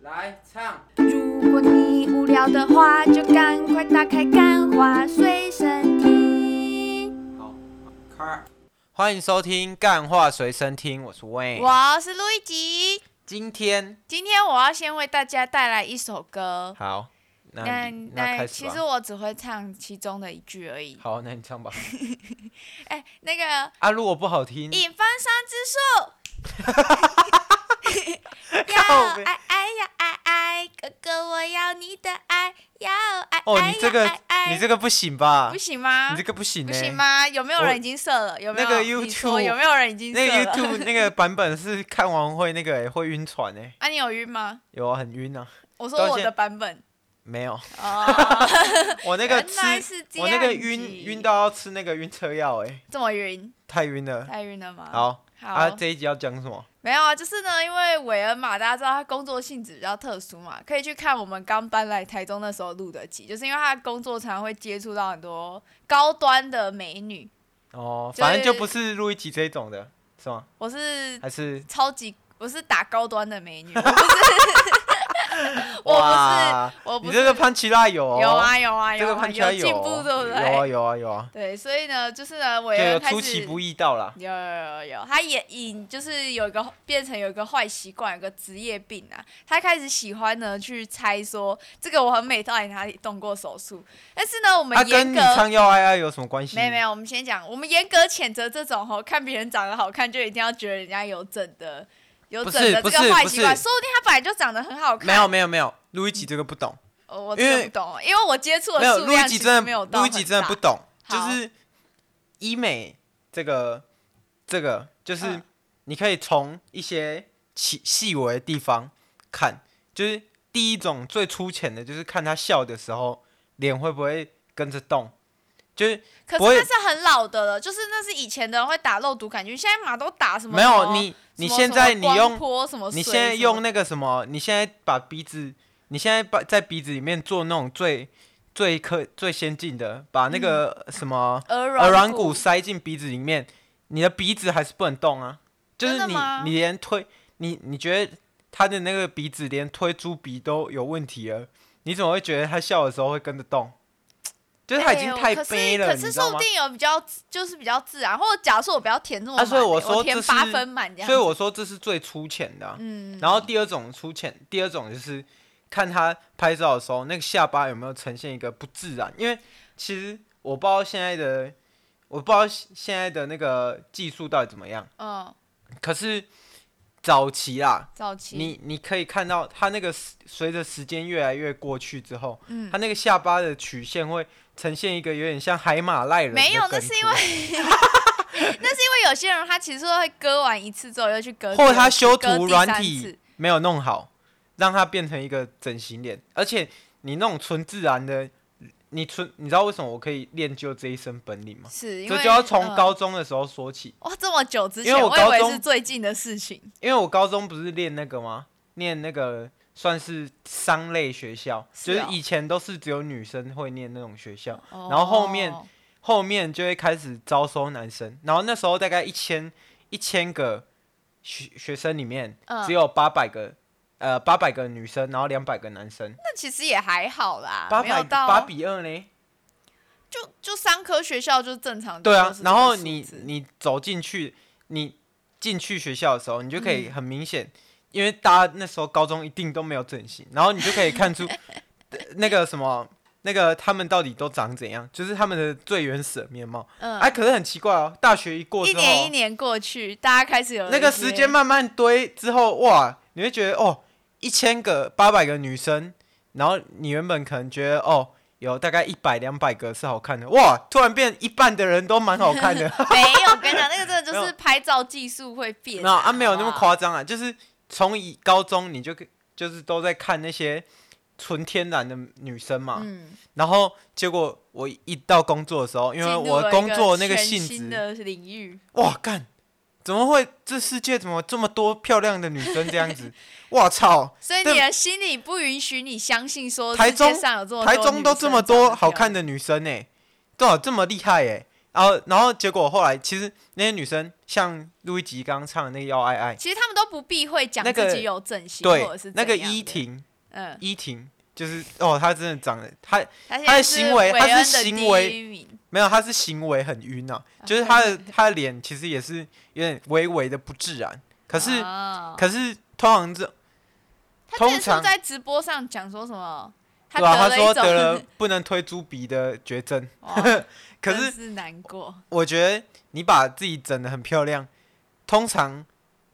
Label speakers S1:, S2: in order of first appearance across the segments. S1: 来唱，
S2: 如果你无聊的话，就赶快打开《干花随身听
S1: 好，开。欢迎收听《干话随身听》，我是 Wayne。
S3: 我是路易吉，
S1: 今天
S3: 今天我要先为大家带来一首歌。
S1: 好，那
S3: 那
S1: 啊你那开始
S3: 其
S1: 吧
S3: 实。我只会唱其中的一句而已。
S1: 好，那你唱吧。
S3: 哎、那个
S1: 啊，如果不好听，
S3: 引方山之树，
S1: 靠
S3: 要
S1: 北
S3: 爱爱要爱爱，哥哥我要你的爱，要爱
S1: 哦，
S3: 爱
S1: 你这
S3: 要
S1: 个
S3: 爱爱，
S1: 你这个不行吧？
S3: 哎不行吗
S1: 你这？个不行欸
S3: 不
S1: 呢。
S3: 行吗？有没有人已经射了？有没有？
S1: 那个
S3: 你说
S1: YouTube-
S3: 有没有人已经射
S1: 那
S3: 了？
S1: 个 YouTube 那个版本是看完会那个欸会晕船哎，
S3: 啊，你有晕吗？
S1: 有啊，很晕啊。
S3: 我
S1: 到
S3: 说我
S1: 现
S3: 的版本
S1: 没 有，
S3: 哦，
S1: 我那个
S3: 原来
S1: 吃，
S3: 是这
S1: 我那个
S3: 样
S1: 晕
S3: 子
S1: 晕到要吃那个晕车药哎，
S3: 这么晕，
S1: 太晕了。
S3: 太晕了吗？
S1: 好，
S3: 好，
S1: 啊，这一集要讲什么？
S3: 没有啊，就是呢，因为韦恩嘛，大家知道他工作性质比较特殊嘛，可以去看我们刚搬来台中那时候录的集，就是因为他的工作常常会接触到很多高端的美女，
S1: 哦，
S3: 就是
S1: 反正就不是录一集这一种的，是吗？
S3: 我是
S1: 还是
S3: 超级，我是打高端的美女，我不是，我不
S1: 哇
S3: 是，，我不
S1: 你
S3: 是，
S1: 这个潘奇拉有哦
S3: 有啊有啊
S1: 这
S3: 有
S1: 个
S3: 啊，
S1: 潘奇拉
S3: 有
S1: 有
S3: 进步
S1: 哦，
S3: 对不
S1: 有啊
S3: 对？
S1: 有啊有啊，
S3: 对，所以呢，就是呢，
S1: 就
S3: 韦
S1: 有
S3: 恩开
S1: 出
S3: 始
S1: 其不意到啦。
S3: 有有有有，他也引就是有一个变成有一个坏习惯，有个职业病啊。他开始喜欢呢去猜说这个我很美到底哪里动过手术，但是呢，我们
S1: 他啊跟
S3: 严
S1: 你
S3: 格、
S1: 唱要爱爱有什么关系？
S3: 没有没有，我们先讲，我们严格谴责这种吼，看别人长得好看就一定要觉得人家有整的有
S1: 不
S3: 整
S1: 是
S3: 的
S1: 不
S3: 这
S1: 是
S3: 个坏
S1: 不
S3: 习惯，
S1: 是
S3: 说不定他本来就长得很好看。
S1: 没有没有没有，录一集这个不懂。
S3: 哦，我
S1: 因
S3: 真
S1: 为
S3: 的不懂，因为我接触
S1: 没
S3: 的
S1: 有，
S3: 数
S1: 路易
S3: 量
S1: 吉
S3: 其
S1: 真的
S3: 实没有到
S1: 路易吉
S3: 很
S1: 真的
S3: 大
S1: 不懂，就
S3: 好
S1: 是医美这个这个，就是
S3: 嗯
S1: 你可以从一些细细微的地方看，就是第一种最粗浅的，就是看他笑的时候脸会不会跟着动，就是
S3: 可
S1: 不会
S3: 是那是很老的了，就是那是以前的人会打肉毒杆菌，现在马都打什么？
S1: 没
S3: 什
S1: 有
S3: 么
S1: 你你
S3: 什么
S1: 现在
S3: 什么
S1: 你
S3: 光
S1: 用
S3: 波什么水
S1: 你
S3: 什
S1: 现
S3: 么，
S1: 在用那个什么，你现在把鼻子，你现在把在鼻子里面做那种最最科最先进的，把
S3: 嗯
S1: 那个什么。
S3: 耳软
S1: 耳
S3: 耳
S1: 软骨塞进鼻子里面，你的鼻子还是不能动啊。就是
S3: 真的
S1: 你
S3: 吗
S1: 你连推你你觉得他的那个鼻子连推猪鼻都有问题了，你怎么会觉得他笑的时候会跟着动？就是他已经太悲了，
S3: 哎可
S1: 你
S3: 是
S1: 知
S3: 可是说
S1: 道
S3: 不
S1: 吗？
S3: 定有比较就是比较自然，或者假设我不要填这么
S1: 啊
S3: 满、
S1: 所以我
S3: 我
S1: 说这
S3: 填
S1: 是
S3: 八分满这样
S1: 所
S3: 子。
S1: 以我说这是最粗浅的啊、
S3: 嗯，
S1: 然后第二种粗浅，第二种就是看他拍照的时候，那个下巴有没有呈现一个不自然。因为其实我不知道现在的，我不知道现在的那个技术到底怎么样。
S3: 嗯，
S1: 可是早期啦，
S3: 早期
S1: 你你可以看到它那个时随着时间越来越过去之后，
S3: 嗯
S1: 它那个下巴的曲线会呈现一个有点像海马赖人的
S3: 没有
S1: 梗
S3: 那是
S1: 图
S3: 因为 那是因为有些人他其实会割完一次之后又去割，
S1: 或者
S3: 割
S1: 他
S3: 第
S1: 修
S3: 割
S1: 图
S3: 第
S1: 软
S3: 三
S1: 体
S3: 次
S1: 没有弄好，让它变成一个整形脸，而且你那种纯自然的，你纯你知道为什么我可以练就这一身本领吗？
S3: 是因
S1: 这
S3: 为
S1: 就要从
S3: 嗯
S1: 高中的时候说起，
S3: 哇这么久之
S1: 因为
S3: 前，
S1: 我
S3: 我
S1: 高
S3: 以为
S1: 中
S3: 是最近的事情。
S1: 因为我高中不是练那个吗？念那个算是商类学校，
S3: 是
S1: 就是
S3: 哦
S1: 以前都是只有女生会念那种学校，然后后面
S3: 哦
S1: 后面就会开始招收男生。然后那时候大概一千一千个学学生里面，
S3: 嗯
S1: 只有八百个、呃八百个女生，然后两百个男生，
S3: 那其实也还好啦，
S1: 八
S3: 啊没有
S1: 百
S3: 到哦
S1: 八比二呢？
S3: 就就三科学校就正常。
S1: 对啊
S3: 就是，这个
S1: 然后
S3: 数
S1: 你
S3: 字
S1: 你走进去，你进去学校的时候，你就可以很明显，因为大家那时候高中一定都没有整形，然后你就可以看出 呃那个什么。那个他们到底都长怎样？就是他们的最原始的面貌。哎、
S3: 嗯，
S1: 可是很奇怪哦，大学一过
S3: 一
S1: 之后，
S3: 年一年过去，大家开始有
S1: 那个时间慢慢堆之后，哇，你会觉得哦，一千个、八百个女生，然后你原本可能觉得哦，有大概一百、两百个是好看的，哇，突然变一半的人都蛮好看的，
S3: 没有，我跟你讲，那个 真的
S1: 没
S3: 就
S1: 有
S3: 是拍照技术会变
S1: 没有啊，没有那么
S3: 好不好
S1: 夸张啊，就是从以高中你就就是都在看那些纯天然的女生嘛，
S3: 嗯，
S1: 然后结果我一到工作的时候，因为
S3: 进入
S1: 我
S3: 了一
S1: 工作那
S3: 个全
S1: 性
S3: 新
S1: 质，
S3: 的领域，
S1: 哇干，怎么会这世界怎么这么多漂亮的女生这样子？哇操！
S3: 所以
S1: 对
S3: 你的心里不允许你相信说
S1: 台
S3: 世界
S1: 中
S3: 上有这么
S1: 台中都这么多好看
S3: 的，
S1: 欸啊的女生呢、都有这么厉害哎、然后然后结果后来其实那些女生像路易吉刚刚唱的那个《要爱爱》，
S3: 其实他们都不避讳讲
S1: 那个
S3: 自己有整形或者
S1: 对，
S3: 是
S1: 那个
S3: 怎样的
S1: 依，婷，
S3: 嗯，
S1: 依婷就是哦，她真的长得，她他
S3: 他
S1: 的
S3: 现在是
S1: 行为
S3: 韦
S1: 他是
S3: 恩的
S1: 行
S3: 第
S1: 为
S3: 一名
S1: 没有，她是行为很晕啊，就是她
S3: 哦
S1: 的她的脸其实也是有点微微的不自然，可是、
S3: 哦
S1: 可是通常这
S3: 他
S1: 通
S3: 之前
S1: 常
S3: 是在直播上讲说什么，他
S1: 对啊，
S3: 得
S1: 她
S3: 了
S1: 说
S3: 一种，
S1: 得了 不能推猪鼻的绝症，
S3: 哇
S1: 可
S3: 真
S1: 是
S3: 是难过，
S1: 我觉得你把自己整得很漂亮，通常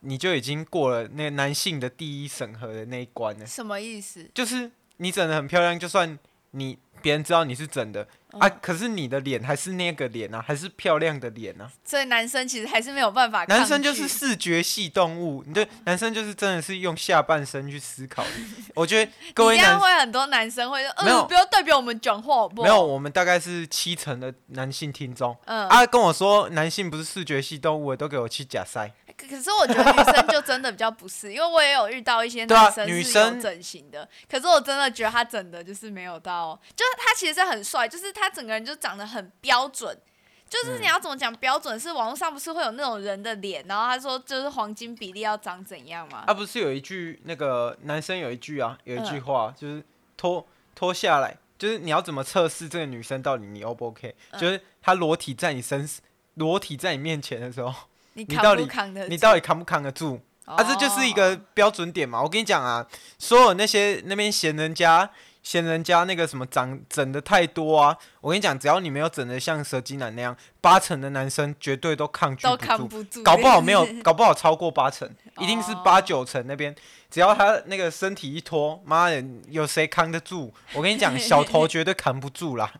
S1: 你就已经过了那个男性的第一审核的那一关了。
S3: 什么意思？
S1: 就是你整的很漂亮，就算你别人知道你是整的、啊，可是你的脸还是那个脸啊，还是漂亮的脸啊。
S3: 所以男生其实还是没有办法，
S1: 男生就是视觉系动物，你对男生就是真的是用下半身去思考的。我觉得各位
S3: 你这
S1: 男
S3: 样会很多男生会说，
S1: 没有
S3: 嗯，不要代表我们讲话好不好？
S1: 没有，，我们大概是七成的男性听众。
S3: 嗯，
S1: 啊，跟我说男性不是视觉系动物的，都给我去假塞。
S3: 可可是我觉得女生就真的比较不是，因为我也有遇到一些
S1: 对啊
S3: 男生
S1: 女
S3: 是
S1: 生
S3: 有整形的，可是我真的觉得他整的就是没有到，就是他其实很帅，就是他整个人就长得很标准。
S1: 嗯
S3: 就是你要怎么讲标准？是网络上不是会有那种人的脸，然后他说就是黄金比例要长怎样吗？
S1: 啊，不是有一句那个男生有一句啊，有
S3: 嗯
S1: 一句话、就是脱脱下来，就是你要怎么测试这个女生到底你 O 不 OK？、就是
S3: 嗯
S1: 她裸体在你身，裸体在你面前的时 候，
S3: 你
S1: 你
S3: 扛
S1: 到
S3: 不
S1: 底
S3: 扛得住？哦
S1: 你到底扛不扛得住？啊，这就是一个标准点嘛。我跟你讲啊，所有那些那边嫌人家嫌人家那个什么长整的太多啊，我跟你讲，只要你没有整的像蛇精男那样，八成的男生绝对都抗拒
S3: 都
S1: 不
S3: 扛
S1: 住。
S3: 不 住，
S1: 搞不好没有，搞不好超过八成，一定是
S3: 哦
S1: 八九成那边。只要他那个身体一拖，妈的，有谁扛得住？我跟你 讲，小头绝对扛不住啦。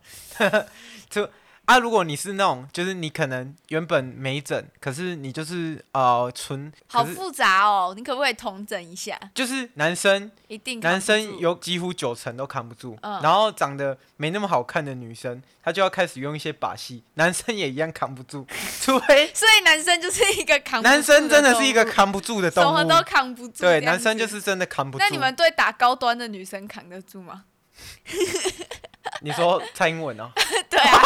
S1: 就啊，如果你是那种，就是你可能原本没整，可是你就是呃纯，
S3: 好
S1: 可是
S3: 复杂哦。你可不可以统整一下？
S1: 就是男生，
S3: 一定扛
S1: 男
S3: 不
S1: 生
S3: 住
S1: 有几乎九成都扛不住，
S3: 嗯
S1: 然后长得没那么好看的女生，她就要开始用一些把戏，男生也一样扛不 住，除非
S3: 所以男生就是一个扛不住
S1: 男生真的是一个
S3: 动物
S1: 扛不住的
S3: 什
S1: 动
S3: 么
S1: 物。
S3: 都扛不住。
S1: 对，
S3: 这样
S1: 男生就
S3: 子。
S1: 是真的扛不住。
S3: 那你们对打高端的女生扛得住吗？
S1: 你说蔡英 文哦，
S3: 对啊，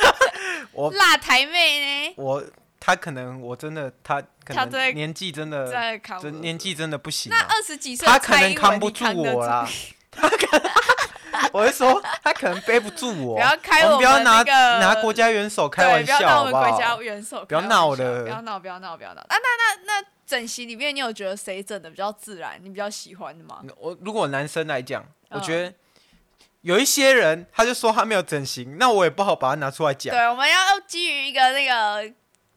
S1: 我
S3: 辣台妹呢，
S1: 我他可能我真的他可
S3: 他真的
S1: 能年纪真
S3: 真
S1: 的
S3: 的扛不
S1: 呃真
S3: 住。
S1: 年纪真的不行、
S3: 那
S1: 啊，
S3: 二十几岁
S1: 他
S3: 的
S1: 可
S3: 蔡
S1: 能
S3: 英文，
S1: 扛
S3: 你
S1: 不
S3: 扛得
S1: 我啊啦， 他可能 我是说他可能背不住我。啊
S3: 不要开
S1: 我们
S3: 我
S1: 不要
S3: 们
S1: 拿
S3: 那个
S1: 拿国家元首开
S3: 对，
S1: 玩
S3: 不
S1: 笑
S3: 要当
S1: 好
S3: 我们
S1: 不好
S3: 国？家元首
S1: 不要
S3: 开玩笑，
S1: 闹了
S3: 不要闹，不要闹，不要闹。啊，那那那整形里面，你有觉得谁整的比较自然，你比较喜欢的吗？
S1: 我如果男生来讲，我
S3: 嗯
S1: 觉得有一些人他就说他没有整形，那我也不好把他拿出来讲。
S3: 对，我们要基于一个那个，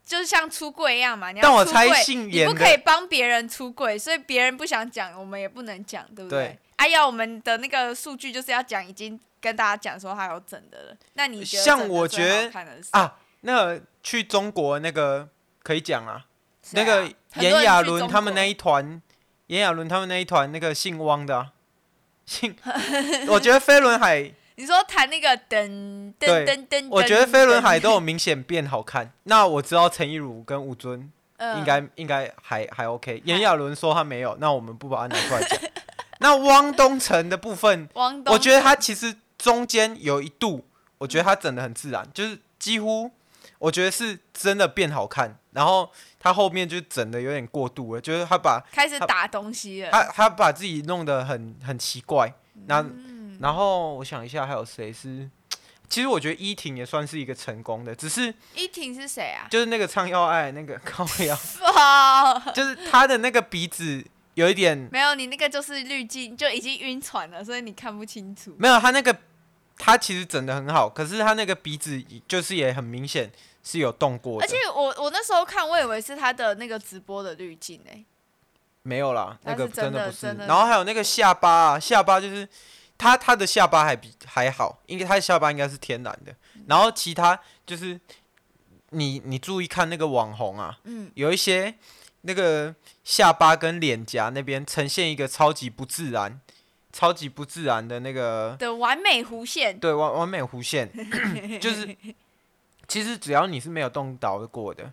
S3: 就是像出柜一样嘛。你要
S1: 但我
S3: 出
S1: 猜
S3: 柜
S1: 姓
S3: 你
S1: 严
S3: 不
S1: 的
S3: 可以帮别人出柜，所以别人不想讲，我们也不能讲，对不
S1: 对？
S3: 哎呀，我们的那个数据就是要讲，已经跟大家讲说他有整的了。那你觉得
S1: 像
S3: 整的
S1: 我
S3: 最
S1: 觉
S3: 好
S1: 得
S3: 看的是
S1: 啊，那个去中国那个可以讲啊，
S3: 谁
S1: 那
S3: 啊
S1: 个
S3: 很多人
S1: 炎亚
S3: 去
S1: 纶
S3: 中
S1: 他们
S3: 国
S1: 那一团，炎亚纶他们那一团那个姓汪的、啊， 姓，我觉得飞轮海，
S3: 你说弹那个噔噔
S1: 对
S3: 噔噔，
S1: 我觉得
S3: 噔
S1: 飞轮海
S3: 噔
S1: 都有明显变好看。那我知道陈意儒跟吴尊
S3: 嗯
S1: 应该应该还还 OK，炎亚纶说他没有，那我们不把它拿出来讲。那汪东城的部分，
S3: 汪东，
S1: 我觉得他其实中间有一度，我觉得他整的很自然，就是几乎我觉得是真的变好看，然后他后面就整的有点过度了，就是他把
S3: 开始
S1: 他
S3: 打东西了。
S1: 他他把自己弄得很很奇怪。那、然后我想一下，还有谁是？其实我觉得依婷也算是一个成功的，只是
S3: 依婷是谁啊？
S1: 就是那个唱要爱那个 高瑶，
S3: 哦，
S1: 就是她的那个鼻子有一点
S3: 没有，你那个就是滤镜，就已经晕船了，所以你看不清楚。
S1: 没有，她那个她其实整的很好，可是她那个鼻子就是也很明显是有动过的，
S3: 而且我我那时候看，我以为是他的那个直播的滤镜欸诶。
S1: 没有啦，那
S3: 它
S1: 个
S3: 是真
S1: 的
S3: 的
S1: 不是
S3: 真。的
S1: 然后还有那个下巴啊，下巴就是他他的下巴还比还好，应该他的下巴应该是天然的。
S3: 嗯
S1: 然后其他就是你你注意看那个网红啊，
S3: 嗯，
S1: 有一些那个下巴跟脸颊那边呈现一个超级不自然、超级不自然的那个
S3: 的完美弧线，
S1: 对完完美弧 线，就是其实只要你是没有动刀过的，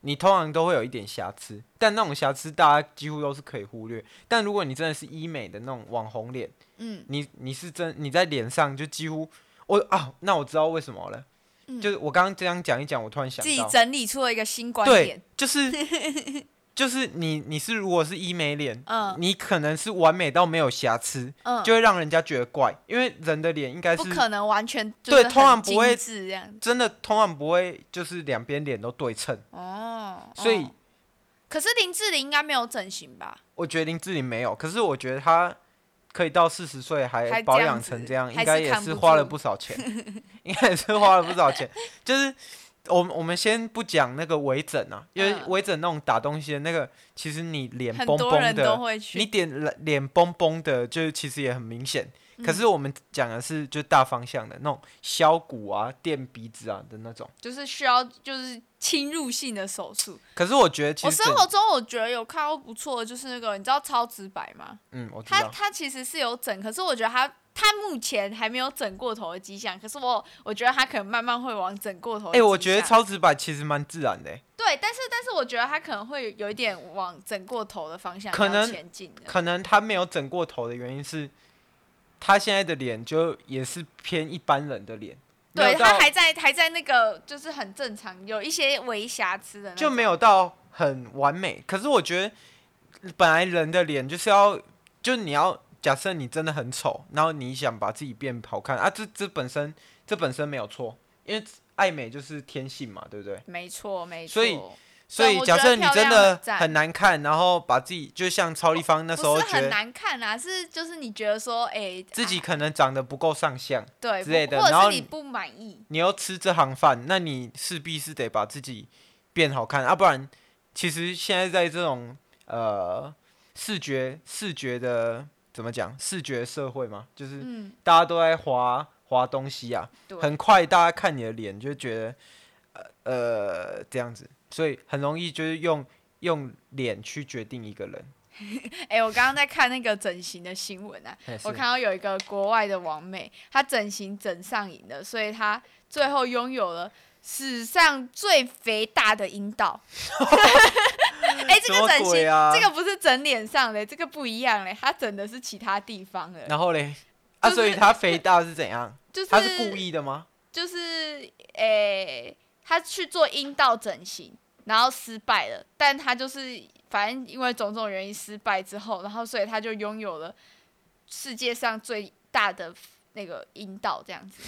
S1: 你通常都会有一点瑕疵，但那种瑕疵大家几乎都是可以忽略。但如果你真的是医美的那种网红脸，
S3: 嗯
S1: 你你是真你在脸上就几乎我啊，那我知道为什么了，
S3: 嗯
S1: 就是我刚刚这样讲一讲，我突然想
S3: 自己
S1: 到，
S3: 整理出了一个新观
S1: 对
S3: 点。，
S1: 就是 就是你你是如果是医美脸，
S3: 嗯
S1: 你可能是完美到没有瑕疵，
S3: 嗯，
S1: 就会让人家觉得怪，因为人的脸应该
S3: 不
S1: 是
S3: 可能完全就
S1: 对
S3: 是
S1: 通常
S3: 很
S1: 不会
S3: 精致这样。
S1: 真的通常不会就是两边脸都对称，
S3: 哦，
S1: 所以
S3: 哦可是林志玲应该没有整形吧？
S1: 我觉得林志玲没有，可是我觉得她可以到四十岁还
S3: 还
S1: 保
S3: 这样
S1: 养成
S3: 子
S1: 这样，
S3: 还
S1: 应该
S3: 是
S1: 也
S3: 扛
S1: 是
S3: 不
S1: 花了
S3: 住
S1: 不少钱， 应该也是花了不少钱。就是我们我们先不讲那个微整啊，因为
S3: 嗯
S1: 微整那种打东西的那个，其实你脸
S3: 很
S1: 崩
S3: 多
S1: 崩
S3: 人都
S1: 的，
S3: 会
S1: 你
S3: 去。
S1: 点了脸崩崩的，就是其实也很明显。可
S3: 嗯
S1: 是我们讲的是就大方向的那种削骨啊、垫鼻子啊的那种。
S3: 就是需要就是侵入性的手术。
S1: 可是我觉得其
S3: 我
S1: 实
S3: 生
S1: 整
S3: 活中我觉得有看过不错的，就是那个你知道超直白吗？
S1: 嗯，我知
S3: 他
S1: 道，
S3: 他其实是有整，可是我觉得他他目前还没有整过头的迹象。可是我我觉得他可能慢慢会往整过头的
S1: 哎、
S3: 迹象。
S1: 我觉得超直白其实蛮自然的欸、
S3: 对，但是但是我觉得他可能会有一点往整过头的方向
S1: 可能
S3: 要前进的。
S1: 可能他没有整过头的原因是，他现在的脸就也是偏一般人的脸，没
S3: 对
S1: 有到
S3: 他还在还在那个就是很正常，有一些微瑕疵的那
S1: 就没
S3: 有
S1: 有到很完美。可是我觉得，本来人的脸就是要，就你要假设你真的很丑，然后你想把自己变好看啊，这这本身这本身没有错，因为爱美就是天性嘛，对不对？
S3: 没错没错。
S1: 所以所
S3: 对
S1: 以
S3: 我
S1: 假
S3: 觉
S1: 设
S3: 得
S1: 你
S3: 漂
S1: 真
S3: 亮
S1: 的
S3: 很赞哦
S1: 很难看，然后把自己就像超立方那时候
S3: 不是
S1: 觉
S3: 很
S1: 得
S3: 难看啊，是就是你觉得说，哎、
S1: 自己
S3: 啊
S1: 可能长得不够上相。
S3: 对
S1: 之类的
S3: 或
S1: 然
S3: 者
S1: 后
S3: 是你
S1: 你
S3: 不满意，
S1: 你要吃这行饭，那你势必是得把自己变好看啊，不然其实现在在这种呃视觉视觉的怎么讲视觉社会嘛，就是
S3: 嗯，
S1: 大家都在划划东西啊，
S3: 对，
S1: 很快大家看你的脸就觉得呃呃这样子，所以很容易就是用用脸去决定一个人。
S3: 哎、我刚刚在看那个整形的新闻啊，
S1: 嘿
S3: 我
S1: 是
S3: 看到有一个国外的网美，她整形整上瘾了，所以她最后拥有了史上最肥大的 阴道。哎、
S1: 什
S3: 这个
S1: 么
S3: 整
S1: 鬼
S3: 形、
S1: 啊
S3: 这个不是整脸上嘞，这个不一样嘞，她整的是其他地方的，
S1: 然后嘞，啊，
S3: 就是
S1: 所以他肥大是怎样？
S3: 就是
S1: 他是故，意的吗？
S3: 就是哎，她、去做阴道整形，然后失败了，但她就是反正因为种种原因失败之后，然后所以她就拥有了世界上最大的那个阴道这样 子。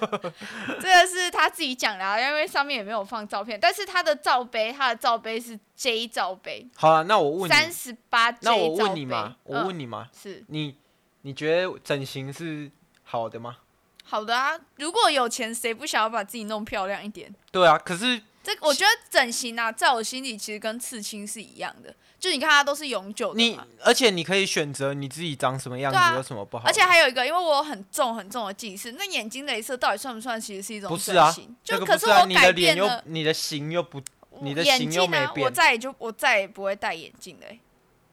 S3: 这个是他自己讲的、啊，因为上面也没有放照片，但是他的罩杯，他的罩杯是 J 罩杯，
S1: 好了，那我问
S3: 三
S1: 你，
S3: 十八 J 罩
S1: 那
S3: 杯。
S1: 我问你嘛，我
S3: 嗯
S1: 问你嘛，
S3: 是
S1: 你你觉得整形是好的吗？
S3: 好的啊，如果有钱，谁不想要把自己弄漂亮一点？
S1: 对啊，可是
S3: 这我觉得整形啊，在我心里其实跟刺青是一样的，就你看它都是永久的
S1: 你
S3: 嘛。
S1: 而且你可以选择你自己长什么样子，
S3: 对啊
S1: 有什么不好的？
S3: 而且还有一个，因为我有很重很重的近视，那眼睛镭射到底算不算？其实是一种
S1: 不
S3: 整
S1: 是
S3: 形。
S1: 啊
S3: 就
S1: 那个
S3: 可
S1: 不是
S3: 我
S1: 啊，你的
S3: 改
S1: 脸
S3: 变
S1: 又
S3: 了
S1: 你的形又不，
S3: 我
S1: 你的
S3: 眼
S1: 形又
S3: 镜
S1: 没
S3: 啊，我
S1: 变
S3: 再也就我再也不会戴眼镜了欸、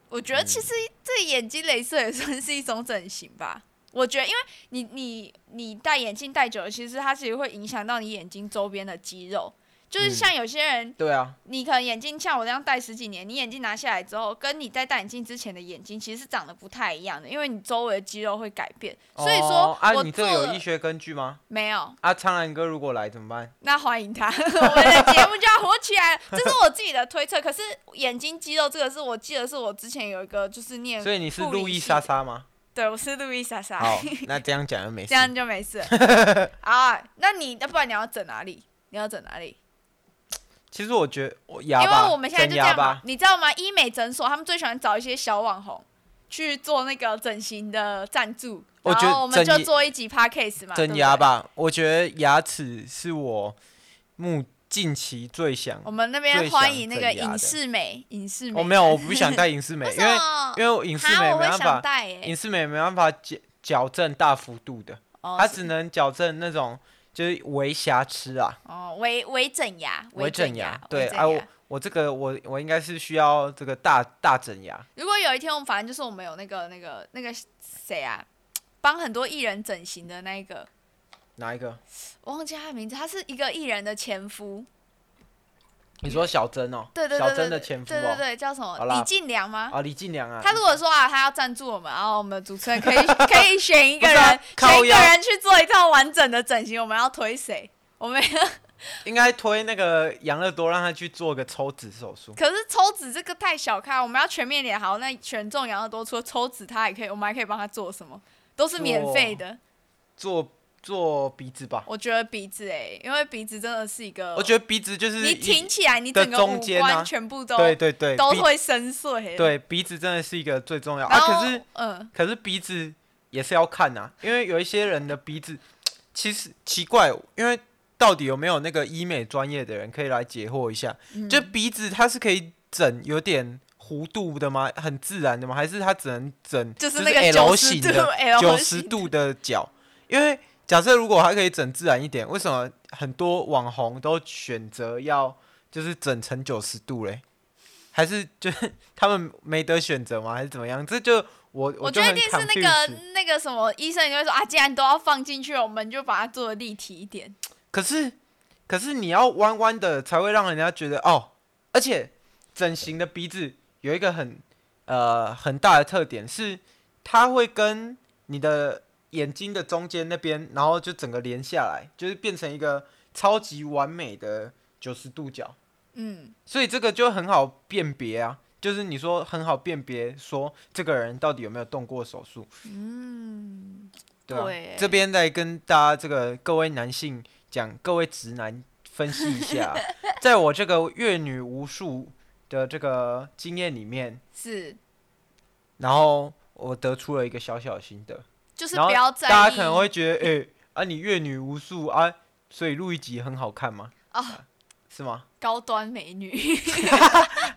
S3: 我觉
S1: 嗯
S3: 得其实这眼睛镭射也算是一种整形吧。我觉得，因为你你你戴眼镜戴久了，其实它其实会影响到你眼睛周边的肌肉。就是
S1: 嗯
S3: 像有些人，
S1: 对啊，
S3: 你可能眼镜像我这样戴十几年，你眼镜拿下来之后，跟你在戴眼镜之前的眼睛其实是长得不太一样的，因为你周围的肌肉会改变。所以说
S1: 哦，啊，
S3: 我
S1: 你这
S3: 做
S1: 个有
S3: 了
S1: 医学根据吗？
S3: 没有，
S1: 啊，苍兰哥如果来怎么办？
S3: 那欢迎他，我们的节目就要火起来了。 这是我自己的推测，可是眼睛肌肉这个是我记得是我之前有一个就是念，
S1: 所以你是
S3: 护理
S1: 路易
S3: 系
S1: 莎
S3: 的，
S1: 莎吗？
S3: 对，我是路易莎莎，
S1: 好，那这样讲就没事
S3: 这。样就没事了啊。那你那不然你要整哪里？你要整哪里？
S1: 其实我觉得我
S3: 因
S1: 牙吧，
S3: 为我们现在就
S1: 整
S3: 这
S1: 牙
S3: 样嘛
S1: 吧，，
S3: 你知道吗？医美诊所他们最喜欢找一些小网红去做那个整形的赞助，
S1: 我
S3: 然
S1: 觉得
S3: 后我们
S1: 整
S3: 就
S1: 牙
S3: 做一集 podcast 嘛，对
S1: 整
S3: 不
S1: 牙
S3: 对。
S1: 吧，我觉得牙齿是我目近期最想。
S3: 我们那
S1: 最
S3: 边
S1: 想
S3: 欢迎那
S1: 整
S3: 个
S1: 牙的
S3: 影视美，影视美，
S1: 我哦没有，我不想戴隐 适美，
S3: 为
S1: 因
S3: 什
S1: 为
S3: 么？
S1: 因为我隐适
S3: 哈
S1: 美
S3: 我
S1: 没
S3: 会
S1: 办法
S3: 想。戴耶、
S1: 隐适美没办法矫矫正大幅度的，
S3: 哦
S1: 它
S3: 是
S1: 只能矫正那种就是微瑕疵啊，
S3: 哦，微微整牙，
S1: 微整
S3: 整
S1: 牙。
S3: 微
S1: 对，
S3: 整
S1: 啊，我
S3: 牙
S1: 我这个我我应该是需要这个大大整牙。
S3: 如果有一天我们反正就是我们有那个那个那个谁啊，帮很多艺人整形的那一个，
S1: 哪一个？
S3: 我忘记他的名字，他是一个艺人的前夫，
S1: 你说小珍哦、
S3: 对对
S1: 小
S3: 对对
S1: 珍的
S3: 对，
S1: 前夫
S3: 对对
S1: 哦、
S3: 对，叫什么
S1: 好？啦
S3: 李进良吗？
S1: 啊，李进良啊。
S3: 嗯他如果说啊，他要赞助我们，然后我们主持 人可以可以选一个
S1: 不是啊
S3: 人，
S1: 靠
S3: 选一个
S1: 腰
S3: 人去做一套完整的整形，我们要推谁？ 我没有。
S1: 应该推那个养乐多让他去做个抽脂手术。
S3: 可是抽脂这个太小看，我们要全面点好。那权重养乐多除了抽脂，它还可以，我们还可以帮他做什么？都是免费
S1: 哦
S3: 的。
S1: 做做鼻子吧。
S3: 我觉得鼻子哎、因为鼻子真的是一个，
S1: 我觉得鼻子就是
S3: 你
S1: 一
S3: 挺起来，你整
S1: 的
S3: 个
S1: 中
S3: 五
S1: 间啊
S3: 官全部都、
S1: 对对对，
S3: 都
S1: 鼻
S3: 会深邃。，
S1: 对鼻子真的是一个最重要啊。
S3: 然后、
S1: 可是
S3: 嗯，
S1: 可是鼻子也是要看啊，因为有一些人的鼻子其实奇怪，因为到底有没有那个医美专业的人可以来解惑一下？
S3: 嗯
S1: 就鼻子它是可以整有点弧度的吗？很自然的吗？还是它只能整
S3: 就是那个
S1: L
S3: 90
S1: 型
S3: 度
S1: 的
S3: L
S1: 九
S3: 型
S1: 十度的角？因为假设如果它可以整自然一点，为什么很多网红都选择要就是整成九十度嘞？还是就是 他们没得选择吗？还是怎么样？这就我
S3: 我
S1: 就
S3: 觉得
S1: 很
S3: 一定是那个
S1: confused
S3: 那个什么医生就会说啊，既然都要放进去了，我们就把它做的立体一点。
S1: 可是，可是你要弯弯的才会让人家觉得哦，而且整形的鼻子有一个很呃很大的特点是，它会跟你的眼睛的中间那边，然后就整个连下来，就是变成一个超级完美的九十度角，
S3: 嗯，
S1: 所以这个就很好辨别啊。就是你说很好辨别，说这个人到底有没有动过手术？对啊，
S3: 对
S1: 这边再跟大家这个各位男性讲，各位直男分析一下 啊，在我这个阅女无数的这个经验里面，
S3: 是，
S1: 然后我得出了一个小小的心得，
S3: 就是
S1: 然后
S3: 不要在意。
S1: 大家可能会觉得，哎、啊，你阅女无数啊，所以录一集很好看吗？
S3: 啊
S1: 啊是吗？
S3: 高端美女，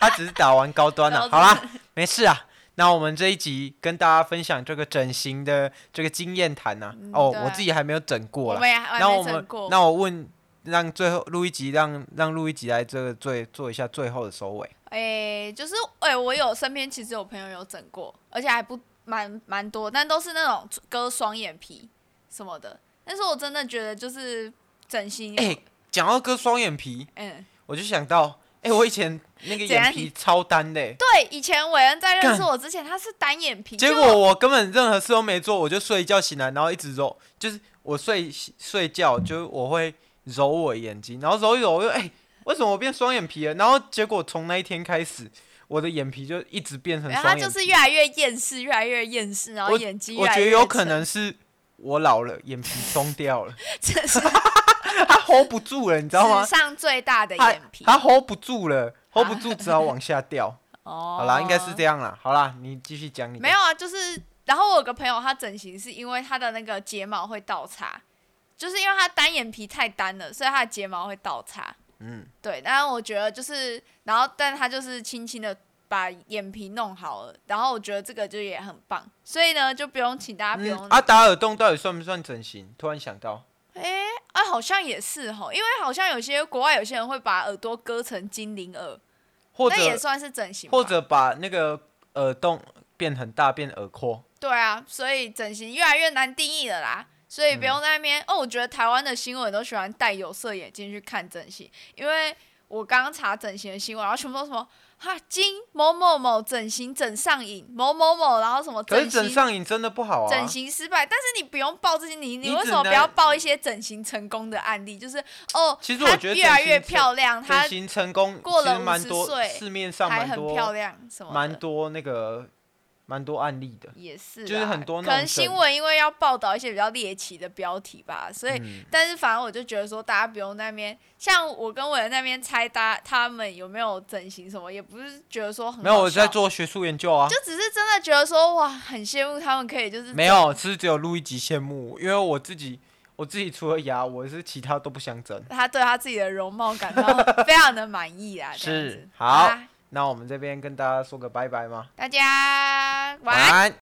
S1: 他只是打完高端了、
S3: 高
S1: 好啦，没事啊。那我们这一集跟大家分享这个整形的这个经验谈呐、
S3: 嗯
S1: 哦，
S3: 对
S1: 我自己还没有整过
S3: 我
S1: 啦。
S3: 们也还
S1: 那
S3: 没
S1: 我
S3: 整
S1: 们
S3: 过。
S1: 那我问，让最后录一集，让让录一集来这个最做一下最后的收尾。
S3: 哎、就是哎、我有身边其实有朋友有整过，而且还不蛮蛮多，但都是那种割双眼皮什么的。但是我真的觉得就是整形，
S1: 哎、讲到割双眼皮，
S3: 嗯，
S1: 我就想到，哎、我以前那个
S3: 怎样
S1: 眼皮超单的、欸，
S3: 对，以前韦恩在认识
S1: 干
S3: 我之前，他是单眼皮，
S1: 结
S3: 就
S1: 果我根本任何事都没做，我就睡一觉醒来，然后一直揉，就是我睡睡觉，就是我会揉我眼睛，然后揉一揉，我就哎、为什么我变双眼皮了？然后结果从那一天开始，我的眼皮就一直变成
S3: 然
S1: 双
S3: 后他
S1: 眼皮。
S3: 就是越来越厌世，越来越厌世，然后眼睛
S1: 我
S3: 越来
S1: 觉
S3: 越
S1: 得有可
S3: 沉，
S1: 能是我老了，眼皮松掉了。
S3: 这是
S1: 他 hold 不住了，你知道吗
S3: 史？上最大的
S1: 他
S3: 眼皮。
S1: 他 hold 不住 了，hold 不住，只好往下掉。
S3: 哦，
S1: 好啦，应该是这样啦。好啦，你继续讲你的。
S3: 没有啊，就是，然后我有个朋友，他整形是因为他的那个睫毛会倒插，就是因为他单眼皮太单了，所以他的睫毛会倒插。
S1: 嗯，
S3: 对，但是我觉得就是，然后但他就是轻轻的把眼皮弄好了，然后我觉得这个就也很棒，所以呢就不用请大家啊不用
S1: 嗯，阿达尔洞到底算不算整形？突然想到，
S3: 哎、啊，好像也是吼，因为好像有些国外有些人会把耳朵割成精灵耳，
S1: 或者
S3: 那也算是整形吧。
S1: 或者把那个耳洞变很大，变耳廓。
S3: 对啊，所以整形越来越难定义了啦。所以不
S1: 嗯
S3: 用在那边、哦，我觉得台湾的新闻都喜欢戴有色眼镜去看整形，因为我刚刚查整形的新闻，然后全部都什么哈金某某某整形整上瘾，某某某，然后什么
S1: 可
S3: 整
S1: 是
S3: 形
S1: 整上瘾真的不好啊。
S3: 整形失败，但是你不用报这些，你
S1: 你
S3: 你为
S1: 只
S3: 什么不
S1: 能
S3: 要报一些整形成功的案例？就是哦，
S1: 其实
S3: 她
S1: 我觉得
S3: 越来
S1: 整
S3: 越
S1: 形
S3: 漂亮，她
S1: 整形成功
S3: 过了
S1: 其实蛮多
S3: 50岁，
S1: 市面上
S3: 还
S1: 蛮
S3: 很漂
S1: 多
S3: 亮什么的
S1: 蛮多那个蛮多案例的。
S3: 也是啦，
S1: 就是很多那
S3: 可能
S1: 种
S3: 新
S1: 整
S3: 闻因为要报道一些比较猎奇的标题吧，所以、
S1: 嗯
S3: 但是反正我就觉得说大家不用那边，像我跟伟人那边猜搭他们有没有整形什么，也不是觉得说很
S1: 没有，
S3: 好
S1: 我在
S3: 笑，
S1: 做学术研究啊。
S3: 就只是真的觉得说哇，很羡慕他们可以就是
S1: 没有，是只有录一集羡慕，因为我自己我自己除了牙，我是其他都不想整。
S3: 他对他自己的容貌感到 非常的满意啦，这样
S1: 是
S3: 子
S1: 好
S3: 啊，
S1: 那我们这边跟大家说个拜拜吗？
S3: 大家晚安。
S1: 安。